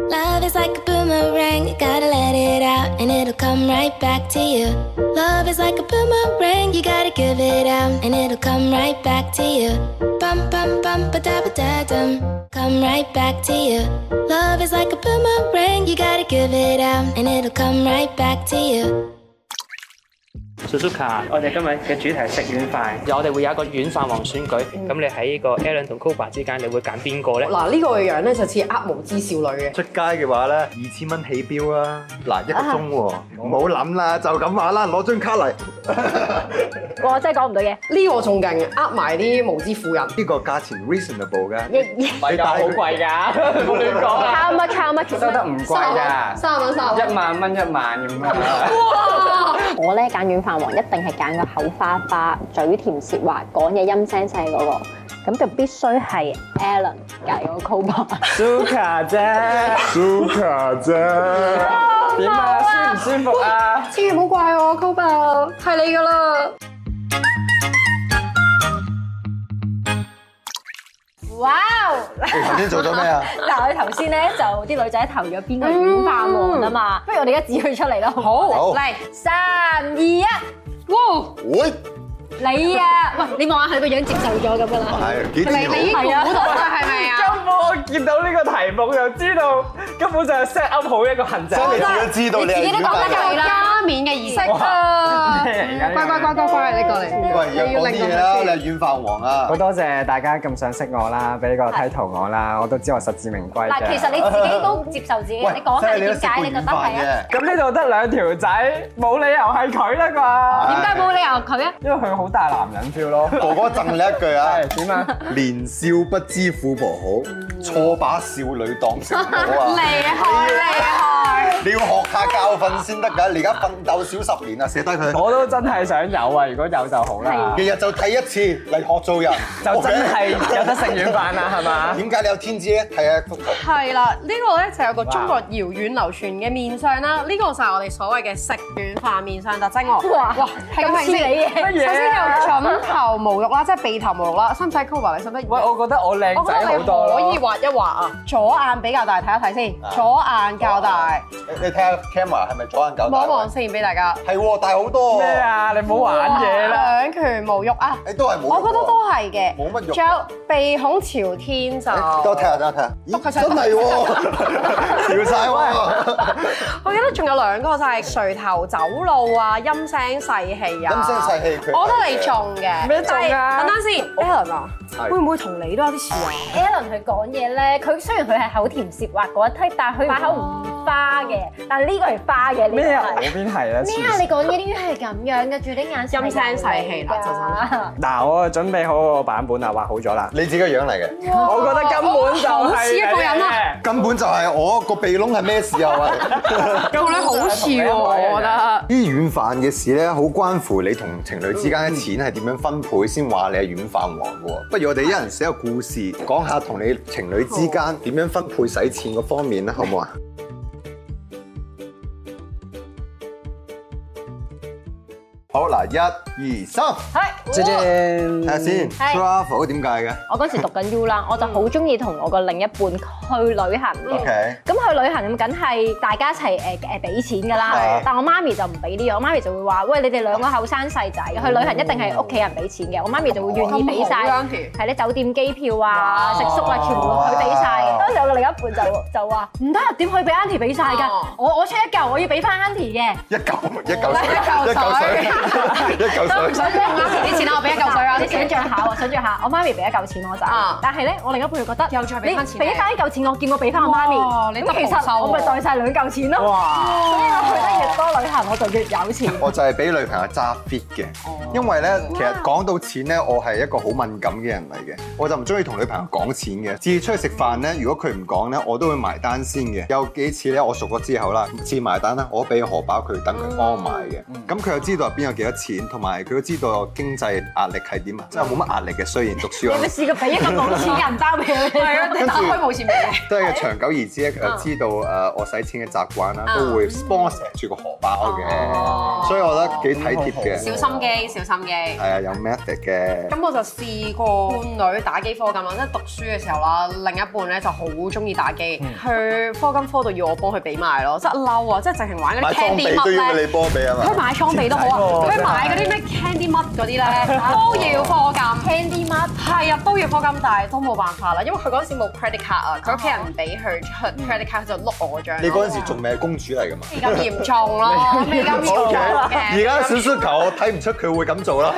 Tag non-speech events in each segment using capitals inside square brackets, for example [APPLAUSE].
Love is like a boomerang, you gotta let it out, and it'll come right back to you. Love is like a boomerang, you gotta give it out, and it'll come right back to you. Bum bum bum ba da ba da dum, come right back to you. Love is like a boomerang, you gotta give it out, and it'll come right back to you. Suzuka，我哋今日嘅主題食軟飯，嗯我哋會有一個軟飯王選舉，咁、你喺呢個 Alan 同 Cobra 之間，你會揀邊個咧？嗱呢個樣咧就似呃無知少女嘅。出街嘅話咧，二千蚊起標啦，嗱一個啊鐘喎，唔好諗啦，就咁話啦，攞張卡嚟，我真係講唔到嘢。呢個仲勁，呃埋啲無知婦人。呢個價錢 reasonable 嘅，一唔係㗎，好貴㗎，冇亂講啊！ how much how much？收得唔貴㗎，三十蚊三十一蚊。萬蚊一萬咁啊！哇！我咧揀軟飯王，一定係揀個口花花、嘴甜舌滑、講嘢陰聲細嗰、個。咁就必須係 Alan 隔離個 Cobra。 [LAUGHS] Suka 啫，Suka 啫，點啊？舒唔舒服啊？千祈唔好怪我，Cobra 係你噶啦。哇！你頭先做咗咩啊？嗱，我哋頭先咧就啲女仔投咗邊個軟飯王啊嘛，不如我哋而家指佢出嚟啦，好唔嗯好好？嚟，三二一，哇！喂，你啊，喂，你望下佢個樣接受咗咁噶啦。係幾自啊你你已經豪，估到啦，係咪啊？根本我見到呢個題目就知道，根本就係 set up 好一個行程。真係自己知道你你自係己都點講得解㗎。係啦，加冕嘅儀式啊！乖乖乖乖乖，你過嚟。喂，又講啲嘢啦，你係軟飯王啊好！多謝大家咁想識我啦，俾呢個 title 我啦，我都知我實至名歸嗱，嘅。其實你自己都接受自己，喂你講下你真係點都食解過你覺得軟飯係啊？嘅咁呢度得兩條仔，冇理由係佢啦點解冇理由佢啊？啩？因為佢好大男人 feel 咯。哥哥贈你一句 [LAUGHS] 啊，係點啊？年少不知苦婆好，錯把少女當成 [LAUGHS] 我啊！厲害厲害！你要學下教訓先得㗎，你而家奮鬥少十年啊，寫低佢。我都真係想有啊！如果有就好啦，日日就睇一次嚟學做人，就真係有得食軟飯 [LAUGHS] 啦，係嘛？點解你有天資咧？[LAUGHS] 睇下幅圖，係啦，呢個咧就有個中國遙遠流傳嘅面相啦，呢個就係我哋所謂嘅食軟飯面相特徵喎。哇哇，係咁咁似先你嘅，乜首先嘢有啊？準頭毛肉啦，即係鼻頭毛肉啦，使唔使 cover 你？使唔使？喂，我覺得我靚我覺仔得好你多可以咯。畫一畫啊，左眼比較大，睇一睇啊先。左眼較大，你睇下 camera 係咪左眼狗大？望一望先俾大家。係喎，大好多咩喎，啊？你唔好玩嘢啦！兩拳無肉啊！你都係冇。我覺得都係嘅，哎冇乜肉哎仲有鼻孔朝天就，誒。等我睇下，等我睇下。佢咦，想真係喎， [LAUGHS] 笑晒喎，我記得仲有兩個就係垂頭走路啊、陰聲細氣啊。陰聲細氣佢我覺得你中嘅。咩中啊但係等陣先，Alan 啊，係會唔會同你都有啲似啊？ Alan 佢講嘢咧，佢雖然佢係口甜舌滑嗰一 type，但係佢把口唔花嘅，但係呢個係花嘅。呢個咩啊？我係邊係啊？哦咩啊？你講嘢啲係咁樣嘅，住啲眼神係啊陰聲細氣啦就㗎嗱，我準備好我個版本啦，畫好咗啦。你自己個樣嚟嘅，我覺得根本就係好似一個人啊！根本就係我個鼻窿係咩事啊？喂！我覺得好似喎，我覺得。呢軟飯嘅事咧，好關乎你同情侶之間嘅錢係點樣分配先話你係軟飯王嘅喎。不如我哋一人寫個故事，講下同你情侶之間點樣分配使錢嗰方面啦，好唔好啊？好嗱，一、二、三，姐姐，睇下先。係 Travel 點解嘅我嗰時讀緊 U 啦，我就好中意同我個另一半去旅行嗯嘅。 ？OK，咁去旅行咁梗係大家一齊誒誒俾錢㗎啦啊係，但我媽咪就唔俾呢樣，我媽咪就會話：喂，你哋兩個後生細仔去旅行一定係屋企人俾錢嘅，我媽咪就會願意俾晒嗯咁好，Auntie 啊係啲酒店機票啊、食宿啊，全部佢俾晒哇嘅。啊嗰陣時我嘅另一半就就話：唔得，點可以俾 Auntie 俾晒㗎哦？我我出一嚿，我要俾翻 Auntie 嘅。一嚿一嚿一 [LAUGHS] 水，一嚿水，一嚿水。想用 Auntie 啲錢啊我俾一嚿水 Auntie 你想象下喎，想象下，我媽咪俾一嚿錢我就啊，但係咧我另一半就覺得又再俾返錢你俾翻一嚿錢我，見我俾翻我媽哇咪，你咁其 double 收喎實我咪袋晒兩嚿錢咯。哇！所以我去得越多旅行，我就越有錢。我就係俾女朋友揸 fit 嘅，因為咧其實講到錢咧，我係一個好敏感嘅人嚟嘅，我就唔中意同女朋友講錢嘅。至於出去食飯咧，如果佢唔講咧，我都會埋單先嘅。有幾次咧，我熟咗之後啦，次埋單啦，我俾個荷包佢，等佢幫我買嘅。咁佢又知道入邊有幾多錢，同埋佢都知道我經濟壓力係點啊，即係冇乜壓力嘅。雖然讀書你有嗰冇陣試過俾一個冇錢嘅人包俾你？係係啊，你打開冇錢俾我。係 [LAUGHS] 都係長久而之咧，誒知道誒我使錢嘅習慣啦，都會 sponsor 住個荷包哦嘅，所以我覺得幾體貼小嘅，心機，小心機。係啊，有 method 嘅，咁我就試過伴侶打機課金啊啦，即係讀書嘅時候啦，另一半咧就好中意打機，去課金科度要我幫佢俾埋咯，真係嬲啊！即係直情玩嗰啲買裝 Candy 備都要乜你咧，波比係佢嘛？買裝備都好啊，佢買嗰啲咩 Candy 乜嗰啲咧 [LAUGHS] 都要課金，Candy 乜係啊都要課金，但係都冇辦法啦，因為佢嗰陣時冇 credit card 啊，佢屋企人唔俾佢出 credit card 佢就碌我張咯。嗯你嗰陣時仲未係公主嚟㗎嘛？未咁嚴重 [LAUGHS] 咯，未咁嚴重 OK， [LAUGHS] 嘅。而家小雪球我睇唔出佢會 [LAUGHS] 咁做啦。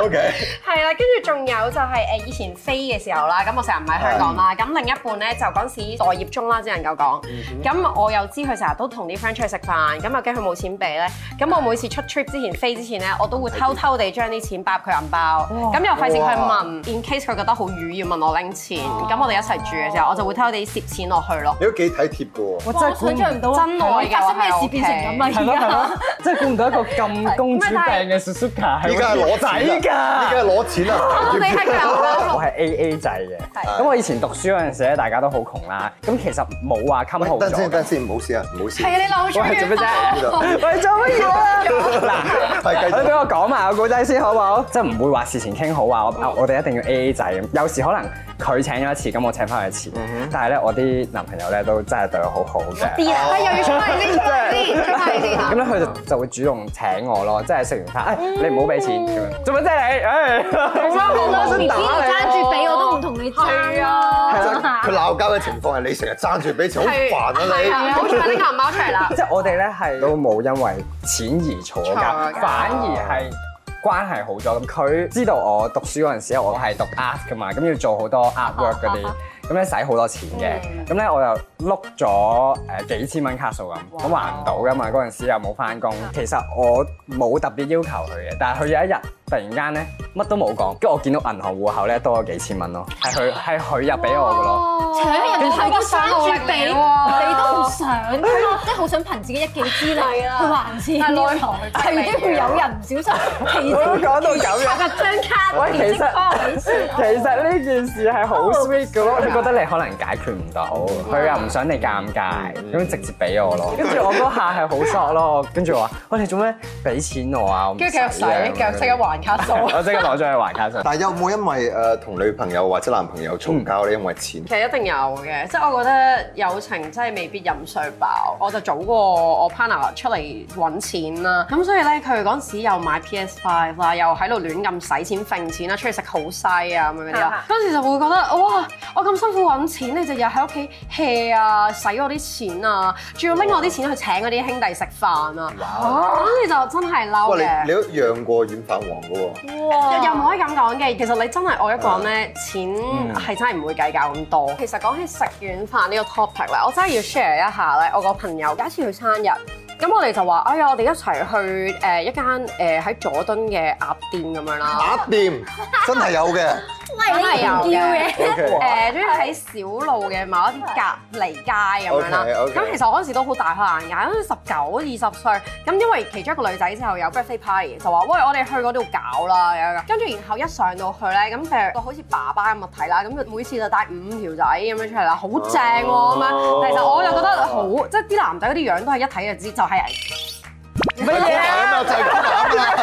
OK，係啦，跟住仲有就係誒以前飛嘅時候啦，咁我成日唔喺香港嗯啦，咁另一半咧就嗰陣時待業中啦，只能夠講。咁我又知佢成日都同啲 friend 出去食飯，咁又驚佢冇錢俾咧。咁我每次出 trip 之前飛之前咧，我都會 [LAUGHS] 偷偷地將啲錢包入佢銀包，咁又費事佢問，in case 佢覺得好瘀要問我拎錢。咁我哋一齊住嘅時候，我就會偷偷地攝錢落去咯。你都幾體貼㗎喎。我真係想象唔到真愛㗎發生咩事變成咁啊啦，係咯係而咯，即係估唔到一個咁公主病嘅 Suzuka 係依家係攞錢啊啦，仔依家㗎。係攞錢啊 [LAUGHS] 啦。你係佢銀包我咯，係 A A 制嘅，咁我以前讀書嗰陣時咧，大家都好窮啦。咁其實冇話襟好喂，等先，咗。等先，唔好笑啊，唔好笑。係啊，啊你漏喂， [LAUGHS] 咗做咩呢度啫？喂，做乜嘢啊？嗱，係繼你啊俾續。我講埋個古仔先好唔好？即係唔會話事前傾好話，我我哋一定要 A A 制咁。有時可能佢請咗一次，咁我請翻佢一次。但係咧，我啲男朋友咧都真係對我好好嘅。啲哎啊，又要出嚟先，出嚟先，出嚟先。咁咧佢就就會主動請我咯，即係食完飯，哎誒你唔好俾錢咁樣，做乜啫你？哎誒，家好啦，邊度爭住俾我都唔同你爭係啊真啊係佢鬧交嘅情況係你成日爭住俾錢，好係煩啊好彩啲銀包出嚟啦。即係我哋咧係都冇因為錢而嘈嘈交，交反而係。關係好咗，咁佢知道我讀書嗰陣時，我係讀 art 噶嘛，咁要做好多 artwork 嗰啲，咁咧使好多錢嘅，咁咧我又碌咗誒幾千蚊卡數咁，咁還唔到噶嘛，嗰陣時又冇翻工，其實我冇特別要求佢嘅，但係佢有一日突然間咧乜都冇講，跟住我見到銀行戶口咧多咗幾千蚊咯，係佢係佢入俾我噶咯。搶人哋係咁爭住俾，你喎你都唔啊想㗎嘛，即係好想憑自己一己之力去還但錢。係啊奈何佢逼係你跟住有人唔小心其我都講到咁樣。拍張卡，喂，其實幫其實呢件事係好 sweet 嘅咯，佢覺得你可能解決唔到，佢又唔想你尷尬，咁直接俾我嗯咯。跟住我嗰下係好 shock 咯，跟住我話：喂，你做咩俾錢我啊？我唔跟住繼續使，使啊繼續即刻。還卡 [LAUGHS] 數。 [LAUGHS] 我即刻攞咗去還卡數。你。但係有冇因為誒同女朋友或者男朋友嘈交咧？因為錢？其實一定有嘅，即係我覺得友情真係未必飲水飽。我就早過我 partner 出嚟揾錢啦，咁所以咧佢嗰陣時又買 PS Five 啦，又喺度亂咁使錢、揈錢啦，出去食好西啊咁樣嗰啲啦。嗰陣時就會覺得哇，我咁辛苦揾錢，你就日喺屋企 hea 啊，使我啲錢啊，仲要拎我啲錢去請嗰啲兄弟食飯啊，咁你就真係嬲哇！嘅你。你都讓過軟飯王嘅喎。哦又又唔可以咁講嘅，其實你真係我一個人咧，錢係真係唔會計較咁多。其實講起食軟飯呢個 topic 咧，我真係要 share 一下咧，我個朋友有一次佢生日。咁我哋就話，哎呀，我哋一齊去誒一間誒喺佐敦嘅鴨店咁樣啦，[LAUGHS] 鴨店真係有嘅。真係有嘅。 OK。誒，跟住呃喺小路嘅某一啲隔離街咁樣啦。 OK，OK 咁其實我嗰時都好大開眼界，好似十九二十歲。咁因為其中一個女仔之後有 birthday party，就話：喂，我哋去嗰度搞啦咁樣。跟住然後一上到去咧，咁就到好似爸爸咁物體啦。咁每次就帶五條仔咁樣出嚟啦，好正喎咁哦樣。但其實我就覺得好，即係啲男仔嗰啲樣都係一睇就知，就係、乜嘢啊？就係咁樣啦。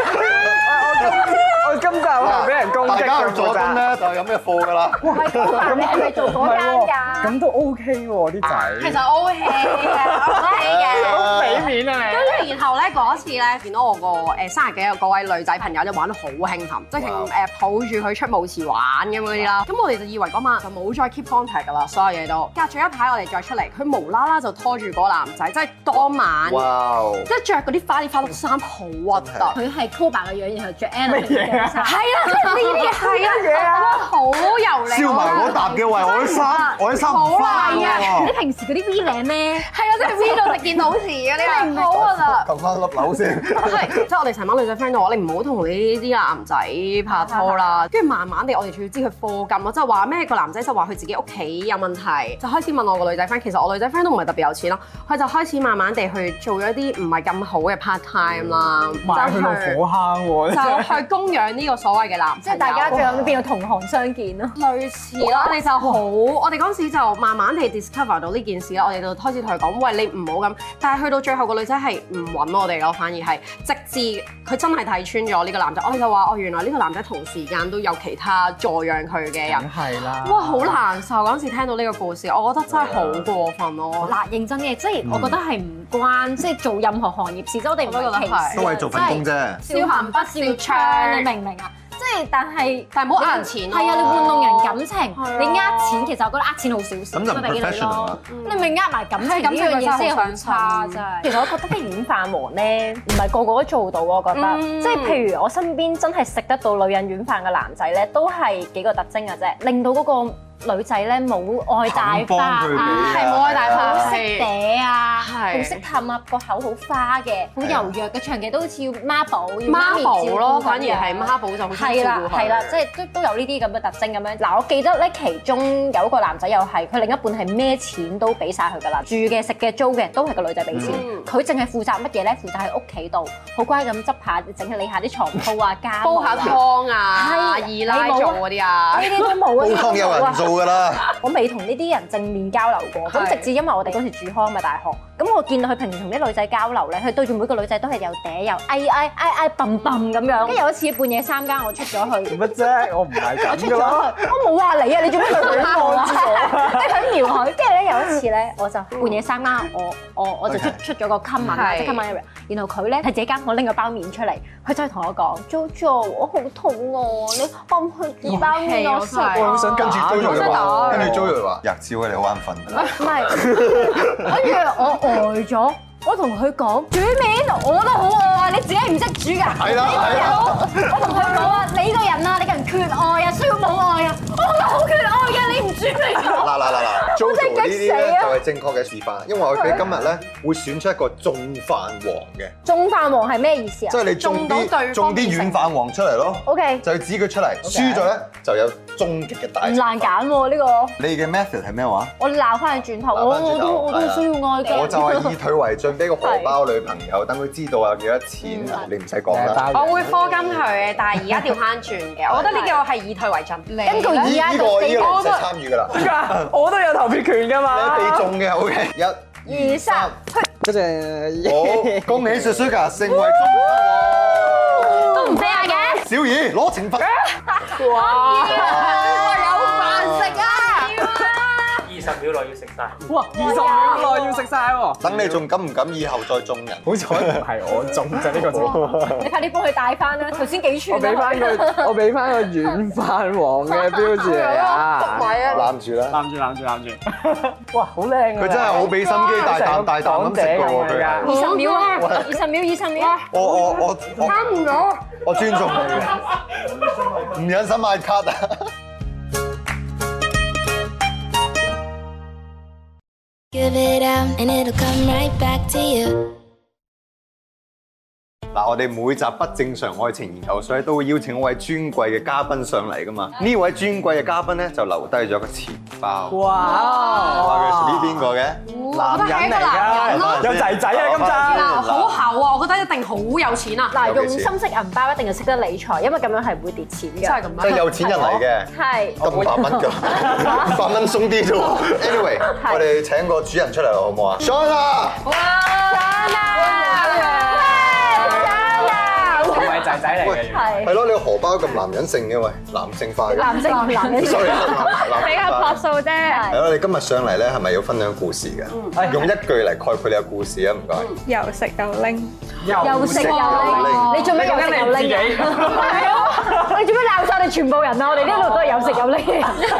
我今集可能俾人攻擊大家咁去佐敦啦。咧就係咁嘅貨㗎啦。咁係咪做嗰間㗎？咁都 OK 喎，啲其仔。實 O K 嘅，O K 嘅。好俾面啊你！跟住然後咧嗰一次咧，見到我個誒生日嘅嗰位女仔朋友就玩得好興奮，即係誒抱住佢出舞池玩咁嗰啲啦。咁我哋就以為嗰晚就冇再 keep contact 噶啦，所有嘢都隔住一排我哋再出嚟，佢無啦啦就拖住嗰個男仔，即係當晚哇！即係着嗰啲花里花碌衫，好核突。 [LAUGHS] 佢係 Kobe 嘅樣，然後着 Anna 啊嘅衫。係啦，即係呢啲係啊，哇好油膩，燒埋我搭嘅喂，我啲衫，我啲衫唔好翻難啊喎。你平時嗰啲 V 領咧，係啊，我真係 V 到食件好事嘅，你唔 [LAUGHS] 好啊啦。撳翻粒樓先。係，即係我哋成班女仔 friend 就話：你唔好同你啲男仔拍拖啦。跟住慢慢地，我哋仲要知佢課金啊，即係話咩個男仔就話佢自己屋企有問題，就開始問我個女仔 friend。其實我女仔 friend 都唔係特別有錢咯，佢就開始慢慢地去做咗啲唔係咁好嘅 part time 啦，買就佢個去火坑喎，你真就係去供養呢個所謂嘅男，即係大家哦最後都變到同行相見咯。類似啦，你就好，我哋嗰陣時就慢慢地 discover 到呢件事啦，我哋就開始同佢講，喂，你唔好咁。但係去到最後個女仔係唔揾我哋咯，反而係直至佢真係睇穿咗呢個男仔，我哋就話，哦，原來呢個男仔同時間都有其他助養佢嘅人梗。係啊啦。哇，好難受！嗰陣時聽到呢個故事，我覺得真係好過分咯。嗱，認真嘅，即係我覺得係唔關，即係做任何行業事，即係我哋唔我都覺得係係歧視，都係做份工啫。啫。笑閒不笑唱，你明唔明啊？即係但係，但係唔好呃人錢咯係啊，你玩弄人感情，係啊你呃錢，其實我覺得呃錢好少少，咁就唔真係俾你 professional 啊啦咯。你咪呃埋感情呢樣嘢先係好差真係。其實我覺得啲演飯王咧，唔係個個都做到，我覺得。嗯即係譬如我身邊真係食得到女人軟飯嘅男仔咧，都係幾個特徵嘅啫，令到嗰個女仔咧冇愛肯大花幫佢哋啊啊，係冇愛大花好識嗲啊，係好識氹啊，個口好花嘅，好柔弱嘅，長期都好似要媽寶，要媽咪媽照寶顧咯，咁反而係樣媽寶就好中意係照啦顧佢係啦，即係都都有呢啲咁嘅特徵咁樣。嗱，我記得咧，其中有一個男仔又係，佢另一半係咩錢都俾晒佢噶啦，住嘅、食嘅、租嘅都係個女仔俾錢嗯，佢淨係負責乜嘢咧？負責喺屋企度好乖咁執下、整理下啲床鋪啊、家務煲啊下湯啊，二係奶你冇啊做嗰啲啊 [LAUGHS] 呢。啲都冇煲啊，呢啲都湯有冇人啊做㗎啦，我未同呢啲人正面交流過，係咁直至因為我哋嗰時住康嘅大學，咁我見到佢平時同啲女仔交流咧，佢對住每個女仔都係又嗲又哎哎哎哎笨笨咁樣。跟住有一次半夜三更，我出咗 [LAUGHS] 去。做乜啫？我唔係咁噶咗啦。去，我冇話你啊，你做咩兩眼望住我？你喺瞄佢，跟住咧有一次咧，我就半夜三更，我我我就出 Okay. 出咗個 comment 啦，係即係 comment area。然後佢咧喺自己間房拎個包面出嚟，佢就同我講：Jojo，我好肚餓，你可唔可以煮包面我食啊？我好想跟住 Jojo 就話，真係跟住 Jojo 就話，日照啊，你好眼瞓。唔係，跟住哎我呆咗。我同佢講煮面，我都好餓啊！你自己唔識煮㗎，係啦係啦你個人我同佢講啊，你個人啊，你個人缺愛啊，需要母愛啊，我覺得好缺愛嘅，你唔煮 [LAUGHS] 俾嗱我。嗱嗱嗱，Jojo 呢啲我真係激咧死啊就係正確嘅示範，因為我哋今日咧會選出一個中飯王嘅，中飯王係咩意思啊即係你中中到對啲方中啲軟飯王出嚟咯， ？O K，就要指佢出嚟，輸咗咧就有終極嘅大唔懲罰。難揀喎呢個，你嘅 method 係咩話？我鬧翻佢轉頭，鬧返我轉頭我都我都係啊需要愛嘅。我就係以退為進，俾個荷包女朋友，等佢知道有幾多錢，啊嗯你唔使講啦。我會科金佢嘅，但係而家調翻轉 [LAUGHS] 嘅，我覺得呢個係以退為進。根據呢以呢個呢個你唔使參與㗎啦， [LAUGHS] 我都有投票權你噶嘛。被中嘅 OK，一、二三，嗰陣 [LAUGHS] 好，恭喜 Suzuka 成為中飯王。都唔 fair 嘅，小儀攞懲罰。二十秒內要食晒。哇！二十秒內要食晒 [LAUGHS] 喎。等你仲敢唔敢以後再中人？好彩唔係我中啫呢個字，你快啲幫佢帶翻啦，頭先幾我串俾啦翻。 [LAUGHS] 個我俾翻個軟飯王嘅標誌你啊！攬住啦！攬住攬住攬住， [LAUGHS] 哇！好靚啊！佢真係好俾心機，大啖大啖咁食嘅喎，佢係。二十秒啊，二十秒，二十秒。我我我我唔到，我尊重你嘅，唔忍心嗌卡啊！ [LAUGHS] Give it out and it'll come right back to you. 嗱，我哋每集不正常愛情研究所咧都會邀請一位尊貴嘅嘉賓上嚟噶嘛。呢位尊貴嘅嘉賓咧就留低咗個錢包。哦哇！佢屬於邊個嘅？我覺得係一個男人咯。有仔仔啊今集嗱，好厚啊！我覺得一定好有錢啊！嗱，尤用其是心識銀包一定要識得理財，因為咁樣係唔會跌錢嘅。真係咁啊即係樣。有錢人嚟嘅。係。得五百蚊㗎，五 [LAUGHS] 百蚊鬆啲啫喎。Anyway，我哋請個主人出嚟好唔好啊？Sean 啊！唔係仔仔嚟嘅。係係咯，你個荷包咁男人性嘅喂，男性化嘅。男性 [LAUGHS] 男人 sorry，比比較樸素啫。係係咯，你今日上嚟咧，係咪要分享故事嘅？用一句嚟概括你嘅故事啊，唔該。又食又拎，又食又拎，你做咩又食又 [LAUGHS] 拎？係咯，你做咩鬧晒我哋全部人啊？我哋呢度都係有食有拎。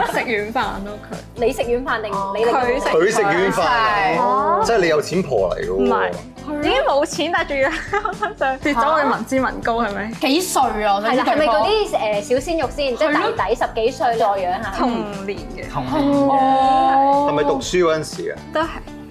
食軟飯咯佢。你食軟飯定你佢食佢食軟飯啊，即係你有錢婆嚟嘅喎。唔係，已經冇錢，但係仲要喺我身 [LAUGHS] 上跌咗我嘅民脂民膏係咪？幾歲啊？係啦，係咪嗰啲誒小鮮肉先？即係弟弟十幾歲再養下。童年嘅係咪讀書嗰陣時啊？都係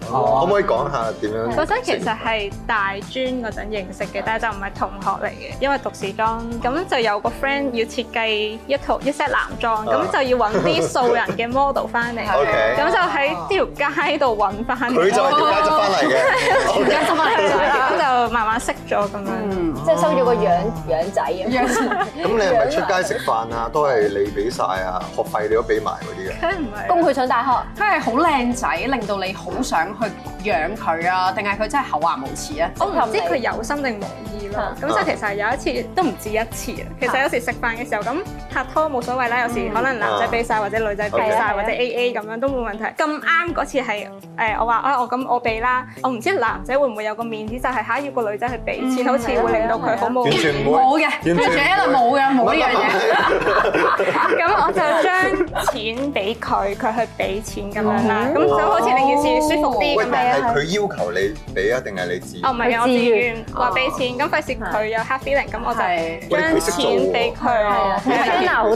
可唔可以講下點樣？本身其實係大專嗰陣認識嘅，但係就唔係同學嚟嘅，因為讀時裝，咁就有個 friend 要設計一套一 set 男裝，咁啊就要揾啲素人嘅 model [LAUGHS] 翻嚟， OK 咁就喺條街度揾翻。佢就係條街執返嚟嘅 [LAUGHS] 係 OK 條街執翻嚟嘅，咁就慢慢識咗咁嗯樣，即係收咗個樣樣仔咁樣。咁你係咪出街食飯啊？都係你俾晒啊，學費你都俾埋嗰啲嘅。梗唔係。供佢上大學。佢係好靚仔，令到你好想去養佢啊？定係佢真係厚顏無恥啊？我唔知佢有心定無意咯，咁所以其實有一次都唔止一次啊。其實有時食飯嘅時候咁拍拖冇所謂啦，有時可能男仔俾晒或者女仔俾晒啊或者 A A 咁樣都冇問題。咁啱嗰次係誒我話啊我咁我俾啦，我唔知男仔會唔會有個面子就係嚇要個女仔去俾錢，好似會令到佢好冇完 [LAUGHS] 全唔會冇嘅完全唔會 Joanna 冇嘅冇呢樣 [LAUGHS] 嘢咁我就將錢俾佢，佢去俾錢咁樣啦，咁就好似令件事舒服 [LAUGHS] 啲喂咁，但樣係。佢要求你俾啊，定係你自？啊哦，唔係啊，我自願話俾哦錢，咁費事佢有 hard feeling，咁我就喂佢將識做錢俾佢。係啊㗎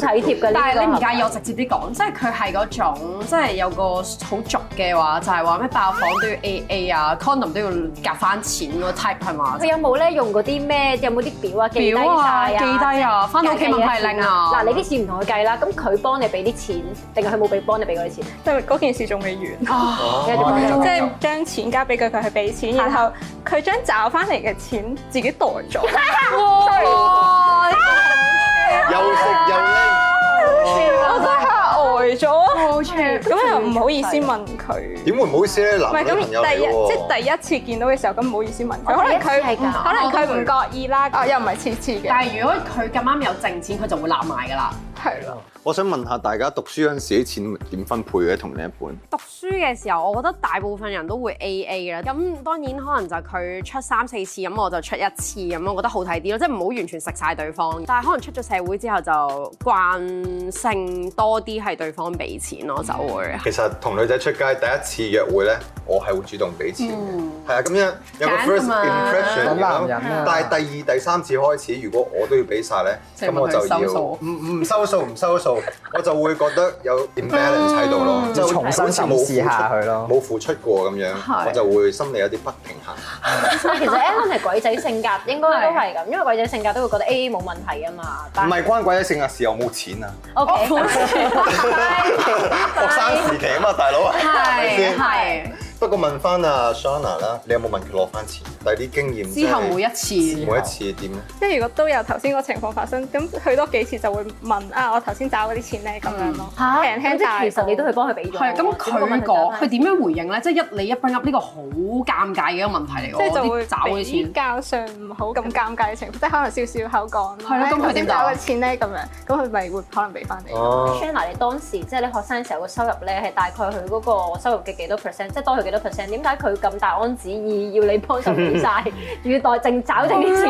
呢個但係你唔係咪介意我直接啲講，即係佢係嗰種，即係有個好俗嘅話，就係話咩爆房都要 A A 啊，condom 都要夾翻錢嗰 type 係嘛佢？有冇咧用嗰啲咩？有冇啲表啊？記低晒表啊記低啊返到屋企問佢係零啊嗱，你啲事唔同佢計啦，咁佢幫你俾啲錢，定係佢冇俾幫你俾嗰啲錢？因為嗰件事仲未完哦啊有啲幫你即係將錢交俾佢，佢去俾錢，然後佢將找翻嚟嘅錢自己袋咗。啊哇！啊又食又哦我真係呆咗，哦啊 [LAUGHS] 咁又唔好意思問佢。點會唔好意思咧？唔係男咁女朋友嚟第一即喎。係第一次見到嘅時候，咁唔好意思問佢，我哦第可一能次佢係㗎可能佢唔覺意啦，哦又唔係次次嘅。但係如果佢咁啱有剩錢，佢就會攬埋㗎啦。係咯。我想問下大家讀書嗰陣時啲錢點分配嘅同另一半？讀書嘅時候，我覺得大部分人都會 A A 啦。咁當然可能就係佢出三四次，咁我就出一次，咁我覺得好睇啲咯，即係唔好完全食晒對方。但係可能出咗社會之後就慣性多啲係對方俾錢咯，就會。其實同女仔出街第一次約會咧，我係會主動俾錢嘅。係啊，咁樣有個嗯揀㗎 first 嘛 impression 好咁男人啊樣，但係第二、第三次開始，如果我都要俾晒咧，即係咁我就問佢收要數唔唔收數唔收數，我就會覺得有 imbalance 喺度嗯咯，就重新好似冇付審視下出佢咯冇付出過咁樣，係我就會心理有啲不平衡。其實 Alan 係鬼仔性格，應該都係咁，因為鬼仔性格都會覺得 A A 冇問題啊嘛。但唔係關鬼仔性格事，我冇 [LAUGHS] 錢啊！哦 [LAUGHS] O K，學生時期啊嘛，大佬係咪係先係。不過問翻阿 Shana 啦，你有冇問佢攞翻錢？但係啲經驗即之後係啊每一次每一次點咧？即係如果都有頭先個情況發生，咁去多幾次就會問啊，我頭先找嗰啲錢咧咁樣咯，嚇輕輕咁即帶係其實你都去幫佢俾咗。係啊咁，佢講佢點樣回應咧？即係一你一 bring up 呢個好尷尬嘅一個問題嚟即喎，係就會啲找嘅比錢。較上唔好咁尷尬嘅情況，即係可能笑笑口講啦。係咯哎咁佢頭先點找答啊嘅錢咧咁樣，咁佢咪會可能俾翻你。哦 Shanna，你當時即係你學生嘅時候個收入咧係大概佢嗰個收入嘅幾多 percent，即係多佢幾多 percent？點解佢咁大安旨意要你幫手俾晒，要代淨找定啲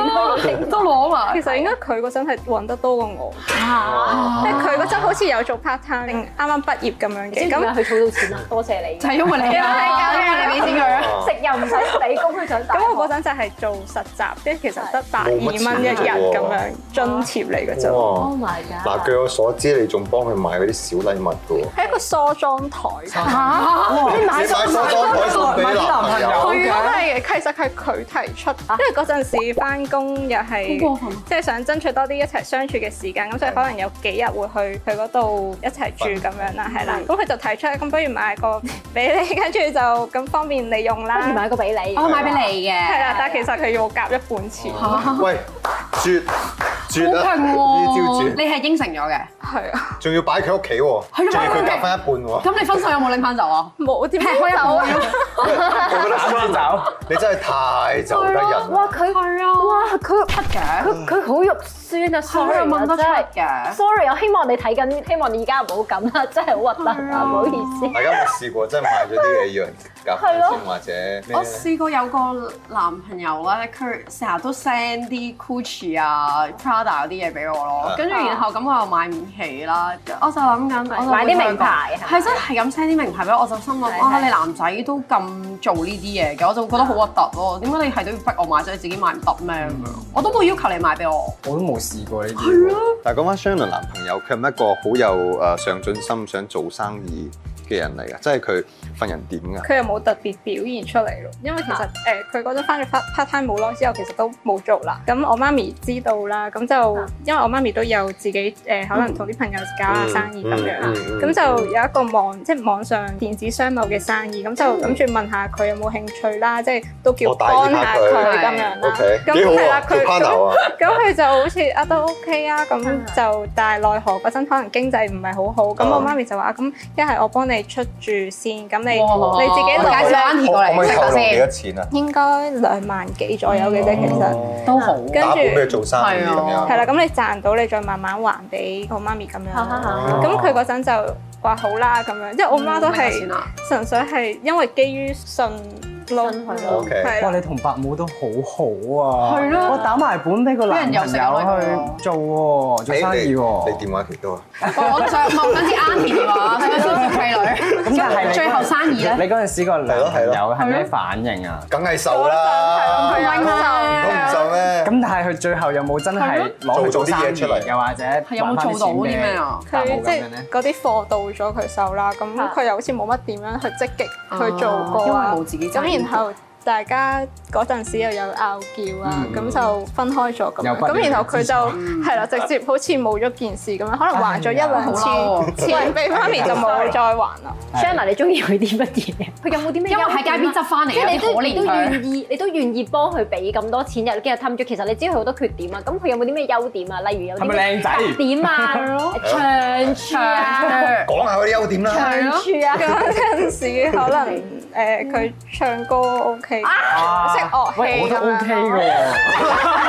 [LAUGHS] 錢都攞都攞埋？其實應該佢嗰陣係揾得多過我，啊即係佢嗰陣好似有做 part time，定啱啱畢業咁樣知唔嘅。知點解咁佢儲到錢啊？多謝你，就係因為你啊係因為因為你俾 [LAUGHS] 錢佢啊食又唔使俾工，佢想打咁我嗰陣就係做實習，即係其實得百二蚊一日冇咁樣津貼嚟嘅啫。哇 Oh my god！嗱，據我所知，你仲幫佢買嗰啲小禮物嘅喎。係一個梳妝台。哦哇你買梳妝台送俾男朋友嘅係啊係其實係佢提出，因為嗰陣時翻工又係好過分即係想爭取多啲一齊相處嘅時間，咁所以可能有幾日會去佢嗰度一齊住咁樣啦，係啦。咁佢就提出，咁不如買個俾你，跟住就咁方便你用 [LAUGHS] 啦。不如買個俾你哦買俾你嘅係啦，但係其實佢要夾一半錢。哦喂，絕絕啊！呢招絕，係應承咗嘅，係啊。仲要擺佢屋企喎，係咯仲要擺佢佢屋企夾翻一半喎。咁你分手有冇拎翻走啊？冇點劈開一半啊我覺得啱啊走，你真係太走得人啦。哇！佢係啊！哇！佢出嘅，佢佢好肉酸啊！sorry 啊問得出真係嘅 Sorry，我希望你睇緊，希望你而家唔好咁 [LAUGHS] 啦，真係好核突啊！唔好意思。大家有冇試過真係買咗啲嘢要人夾翻先，或者咩我咧？試過有個男朋友咧，佢成日都 send 啲 Gucci 啊、Prada 嗰啲嘢俾我咯啊，跟住然後咁我又買唔起啦，我就諗緊我就買啲會名牌係咪係真係咁 send 啲名牌俾我，我就心諗係哇，係你男仔都咁做呢啲嘢嘅，我就覺得好核突啊咯。點解你係都要逼我買咗，你自己買唔得咩嗯咁樣？我都冇要求你買俾我。我都冇試過呢啲。呃係咯。但係講翻 Shannon 男朋友，佢係咪一個好有誒上進心、想做生意嘅人嚟㗎，即係佢份人點㗎？佢又冇特別表現出嚟咯，因為其實誒佢嗰陣翻咗 part part time 冇耐之後，其實都冇做啦。咁我媽咪知道啦，咁就因為我媽咪都有自己誒、呃可能同啲朋友搞下生意咁樣啦嗯嗯嗯，咁就有一個網即係網上電子商務嘅生意，咁就諗住問下佢有冇興趣啦，即係都叫我大二幫下拍佢佢咁樣啦 OK，。咁幾好係啊啦，佢做 partner 啊咁佢就好似啊都 OK 啊，咁就但係奈何嗰陣可能經濟唔係好好，咁我媽咪就話啊咁一係我幫你出住先，咁你哇你自己我介紹攞 Auntie 過嚟識下先錢啊？應該兩萬幾左右嘅啫，其實都好跟打住本俾佢做生意咁樣。係啊啦，咁你賺到你再慢慢還俾我媽咪咁樣。哦咁佢嗰陣就話好啦咁樣，即啊係我啊媽嗯都係明白純粹係因為基於信咯，係哇！啦你同伯母都好好啊，係咯我打埋本俾個男朋友俾人又食開去做喎，做生意喎。你電話幾多啊？我我都想問緊啲 Auntie 電話，啊想唔想接契女？咁但係你最後生意咧，你嗰陣時個男朋友係咩反應啊？梗係受啦，啊都唔受咩？咁但係佢最後有冇真係攞去做生意，又或者有冇做到還返啲錢咩俾啊？伯佢母即咁係樣咧？嗰啲貨到咗佢手啦，咁佢又好似冇乜點樣去積極去做過啊因為冇自己爭咁然後大家嗰陣時又有拗撬啊，嗯咁就分開咗咁又樣。不了了咁之然後佢就係啦，直接好似冇咗件事咁樣，可能還咗一兩哎呀好嬲次 [LAUGHS] 啊錢俾媽咪就冇再還啦。 Shanna，你中意佢啲乜嘢？佢有冇啲咩優因點啊？為喺街邊執返嚟即係你有啲都可憐你都佢願意，你都願意幫佢俾咁多錢，又跟住氹住。其實你知佢好多缺點啊，咁佢有冇啲咩優點啊？例如有啲係咪咩靚仔特點啊？長處啊？講下佢啲優點啦。長處啊！嗰陣時可能誒佢唱歌 OK，識啊樂喂，我器都咁 OK 樣。嘅哦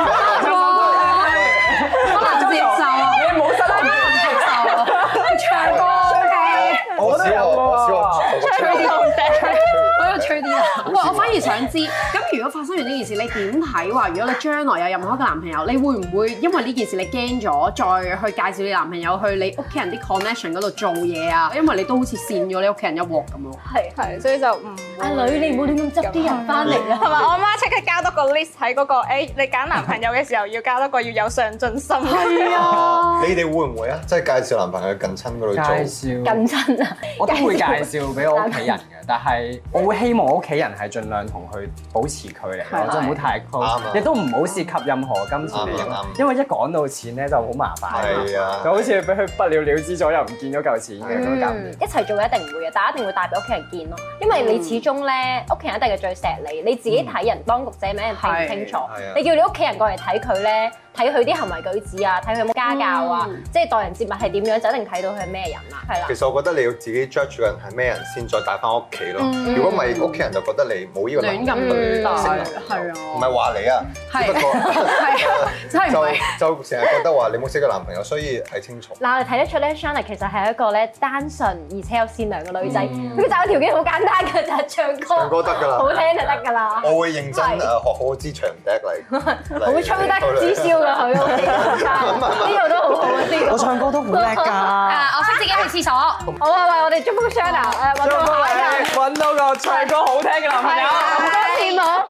好難接受啊！你冇得好難接受啊！唱歌 OK，我都有喎，吹啲好聲，我要吹啲啦。喂，好笑啊我反而想知，咁如果發生完呢件事，你點睇？話如果你將來有任何一個男朋友，你會唔會因為呢件事你驚咗，再去介紹你男朋友去你屋企人啲 connection 嗰度做嘢啊？因為你都好似跣咗你屋企人一鑊咁啊咯。係係，所以就唔阿女，你唔好亂咁執啲人翻嚟啦。啊啊同埋我媽即刻交多個 list 喺嗰個，誒你揀男朋友嘅時候要交多個要有上進心。係啊！你哋會唔會啊？即係介紹男朋友去近親嗰度做？介紹 [LAUGHS] 近親啊！我都會介紹俾我屋企人嘅，但係我會希望我屋企人係盡量同佢保持距離係咯，即係唔好太啱啊 close，亦都唔好涉及任何金錢利啱啊益，因為一講到錢咧就好麻煩，係啊就好似俾佢不了了之咗，又唔見咗嚿錢嘅咁搞唔掂。嗯一齊做嘅一定唔會嘅，但係一定會帶俾屋企人見咯。因為你始終咧，屋企人一定係最錫你，你自己睇人當局者迷，人睇唔清楚係係啊。你叫你屋企人過嚟睇佢咧，睇佢啲行為舉止啊，睇佢有冇家教啊，嗯即係待人接物係點樣，就一定睇到佢係咩人啦。係啦其，實我覺得你要自己 judge 個人係咩人先，再帶翻屋企咯嗯。如果唔係，屋企人就覺得你冇呢個能力去識男朋友係啊，唔係話你啊，係只不過係啊，真係唔係。就就成日覺得話你冇識個男朋友，所以係清楚。嗱，我哋睇得出咧，Shanna 其實係一個咧單純而且有善良嘅女仔。嗯佢擇偶條件好簡單嘅，就係唱歌，唱歌得㗎啦哦哦好聽就得㗎啦。我會認真誒係學好支長笛嚟， [LAUGHS] 好吹得之簫㗎佢屋企呢度都好好啊，呢度。我唱歌都好叻 [LAUGHS] 㗎。啊我識自己去廁所。好啊，喂，我哋祝福 Shanna 誒揾到下一任。揾到個唱歌好聽嘅男朋友。好羨慕。